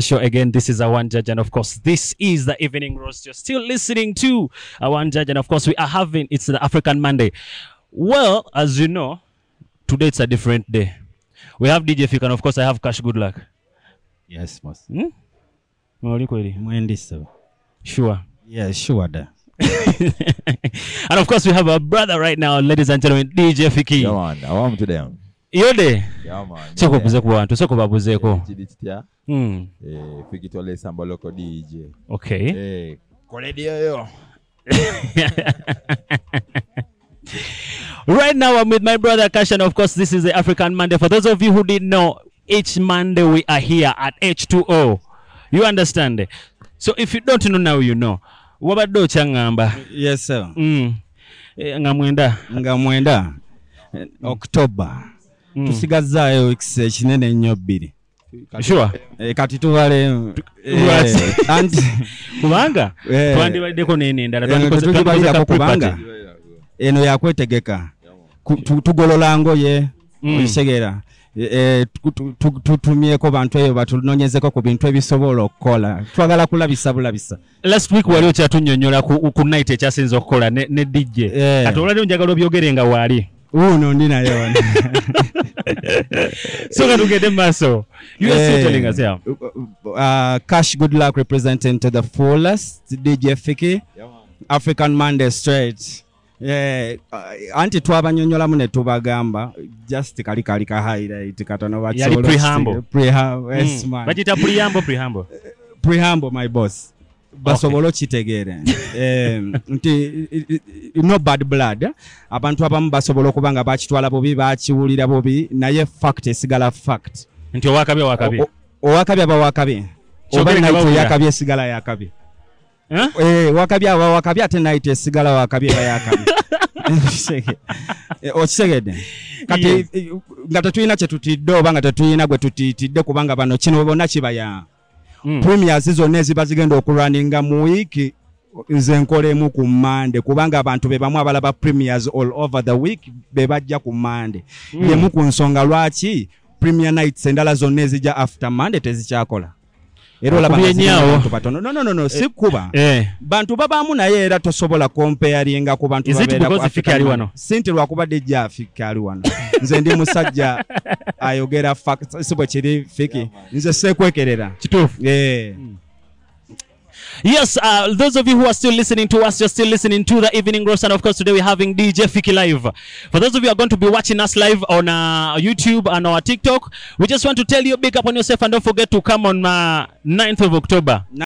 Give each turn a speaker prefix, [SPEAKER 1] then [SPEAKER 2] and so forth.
[SPEAKER 1] show again this is our judge and of course this is the evening roast you're still listening to our judge and of course we are having it's the african monday well as you know today it's a different day we have dj fik and of course i have cash good luck
[SPEAKER 2] Yes, boss.
[SPEAKER 1] Mwali kweli
[SPEAKER 2] Mwendi so.
[SPEAKER 1] sure
[SPEAKER 2] Yeah, sure da.
[SPEAKER 1] and of course we have our brother right now ladies and gentlemen dj fiki
[SPEAKER 3] Yeah, man. Awamu tudem.
[SPEAKER 1] yode
[SPEAKER 3] Yeah, man.
[SPEAKER 1] sekubuze ku bantu sekubabuzeeko
[SPEAKER 3] Kiri kitya?
[SPEAKER 1] mm.
[SPEAKER 3] Eh, fiki tole samba loko DJ.
[SPEAKER 1] okay
[SPEAKER 3] Eh, kole dio yo.
[SPEAKER 1] Right now, I'm with my brother Cash, and of course, this is the African Monday. For those of you who didn't know, each Monday we are here at H2O. You understand? So if you don't know now, you know. wabadde okyangamba
[SPEAKER 2] Yes, sir.
[SPEAKER 1] Mm. Eh, nga mwenda
[SPEAKER 2] Nga mwenda eh, October. Tusigazaayo weeks ekinene ennyo bbiri.
[SPEAKER 1] sure
[SPEAKER 2] Eh, Kati tubale
[SPEAKER 1] Tubale.
[SPEAKER 2] eh, anti
[SPEAKER 1] kubanga
[SPEAKER 2] Eh.
[SPEAKER 1] twandibaddeko n'eno endala
[SPEAKER 2] Eh,
[SPEAKER 1] twandikoze- twandikoze ka
[SPEAKER 2] tetugibalirako kubanga
[SPEAKER 1] pre-party.
[SPEAKER 2] eno yakwetegeka. Ku- tu- Tugolola ngoye okisegeera. Eh, eh, tu- tu- tu- tutumyeko bantu eyo batulononyezeko ku bintu ebisobola okukola twagala kulabisa bulabisa
[SPEAKER 1] last week wali okyatunyonyola ku, ku night ekyasinze okukola ne, ne dj
[SPEAKER 2] Eh.
[SPEAKER 1] kati olwaliro njagala obyogere nga waali
[SPEAKER 2] wuuno ndi naye wano
[SPEAKER 1] so katugende mu maaso you are still
[SPEAKER 2] Eh,
[SPEAKER 1] telling us yeah.
[SPEAKER 2] uh, Cash Good Luck representing to the fullest DJ Fiki
[SPEAKER 3] Yeah, man.
[SPEAKER 2] African Monday straight Yeah, uh, anti twabanyonyolamu ne tubagamba just kali kali ka highlight katono
[SPEAKER 1] Yali Hmm.
[SPEAKER 2] bakisobola
[SPEAKER 1] pre-humble.
[SPEAKER 2] okusi- pre-hum- yes, man.
[SPEAKER 1] bagiyita preamble preamble
[SPEAKER 2] pre-humble my boss basobole okitegeere Eh, nti i- i- i- no bad blood abantu abamu basobola okuba nga bakitwala bubi bakiwulira bubi naye fact esigala fact
[SPEAKER 1] nti owakabi owakabi
[SPEAKER 2] O- o- owakabi aba wakabi oba
[SPEAKER 1] Kyogere nga
[SPEAKER 2] nayite
[SPEAKER 1] bawulira.
[SPEAKER 2] yakabi esigala yakabi
[SPEAKER 1] Eh?
[SPEAKER 2] Eh, wakabi aba wakabi ate nayite esigala wakabi eba yakabi Eh, okitegedde kati
[SPEAKER 1] Yes.
[SPEAKER 2] eh, nga tetulina kyetutidde oba nga tetulina gwe tutiitidde kubanga bano kino bonna kibaya
[SPEAKER 1] Mm.
[SPEAKER 2] premiers zonna eziba zigenda okulwaninga mu wiiki nze nkolemu ku mande kubanga abantu be bamu abalaba premiers all over the week be bajja ku mande
[SPEAKER 1] Hmm.
[SPEAKER 2] yemu ku nsonga lwaki premier nights endala zonna ezijja after mande tezikyakola era olaba nga
[SPEAKER 1] Okubye
[SPEAKER 2] zirina
[SPEAKER 1] nnyo awo.
[SPEAKER 2] abantu batono no no no, no si kuba
[SPEAKER 1] Eh,
[SPEAKER 2] bantu babaamu naye era tosobola kompeyaringa ku bantu
[SPEAKER 1] Is it
[SPEAKER 2] babeera ku
[SPEAKER 1] because
[SPEAKER 2] African
[SPEAKER 1] Fiki ali
[SPEAKER 2] Union.
[SPEAKER 1] wano?
[SPEAKER 2] si nti lwakubadde jja afiki ali wano nze ndi musajja ayogera facts, si bwe kiri fiki nze seekwekerera
[SPEAKER 1] kituufu
[SPEAKER 2] Eh.
[SPEAKER 1] yes uh, those of you who are still listening to us you're still listening to the evening roast and of course today we're having dj fiki live for those of you who are going to be watching us live on uh, youtube and our tiktok we just want to tell you big up on yourself and don't forget to come on uh, 9th of october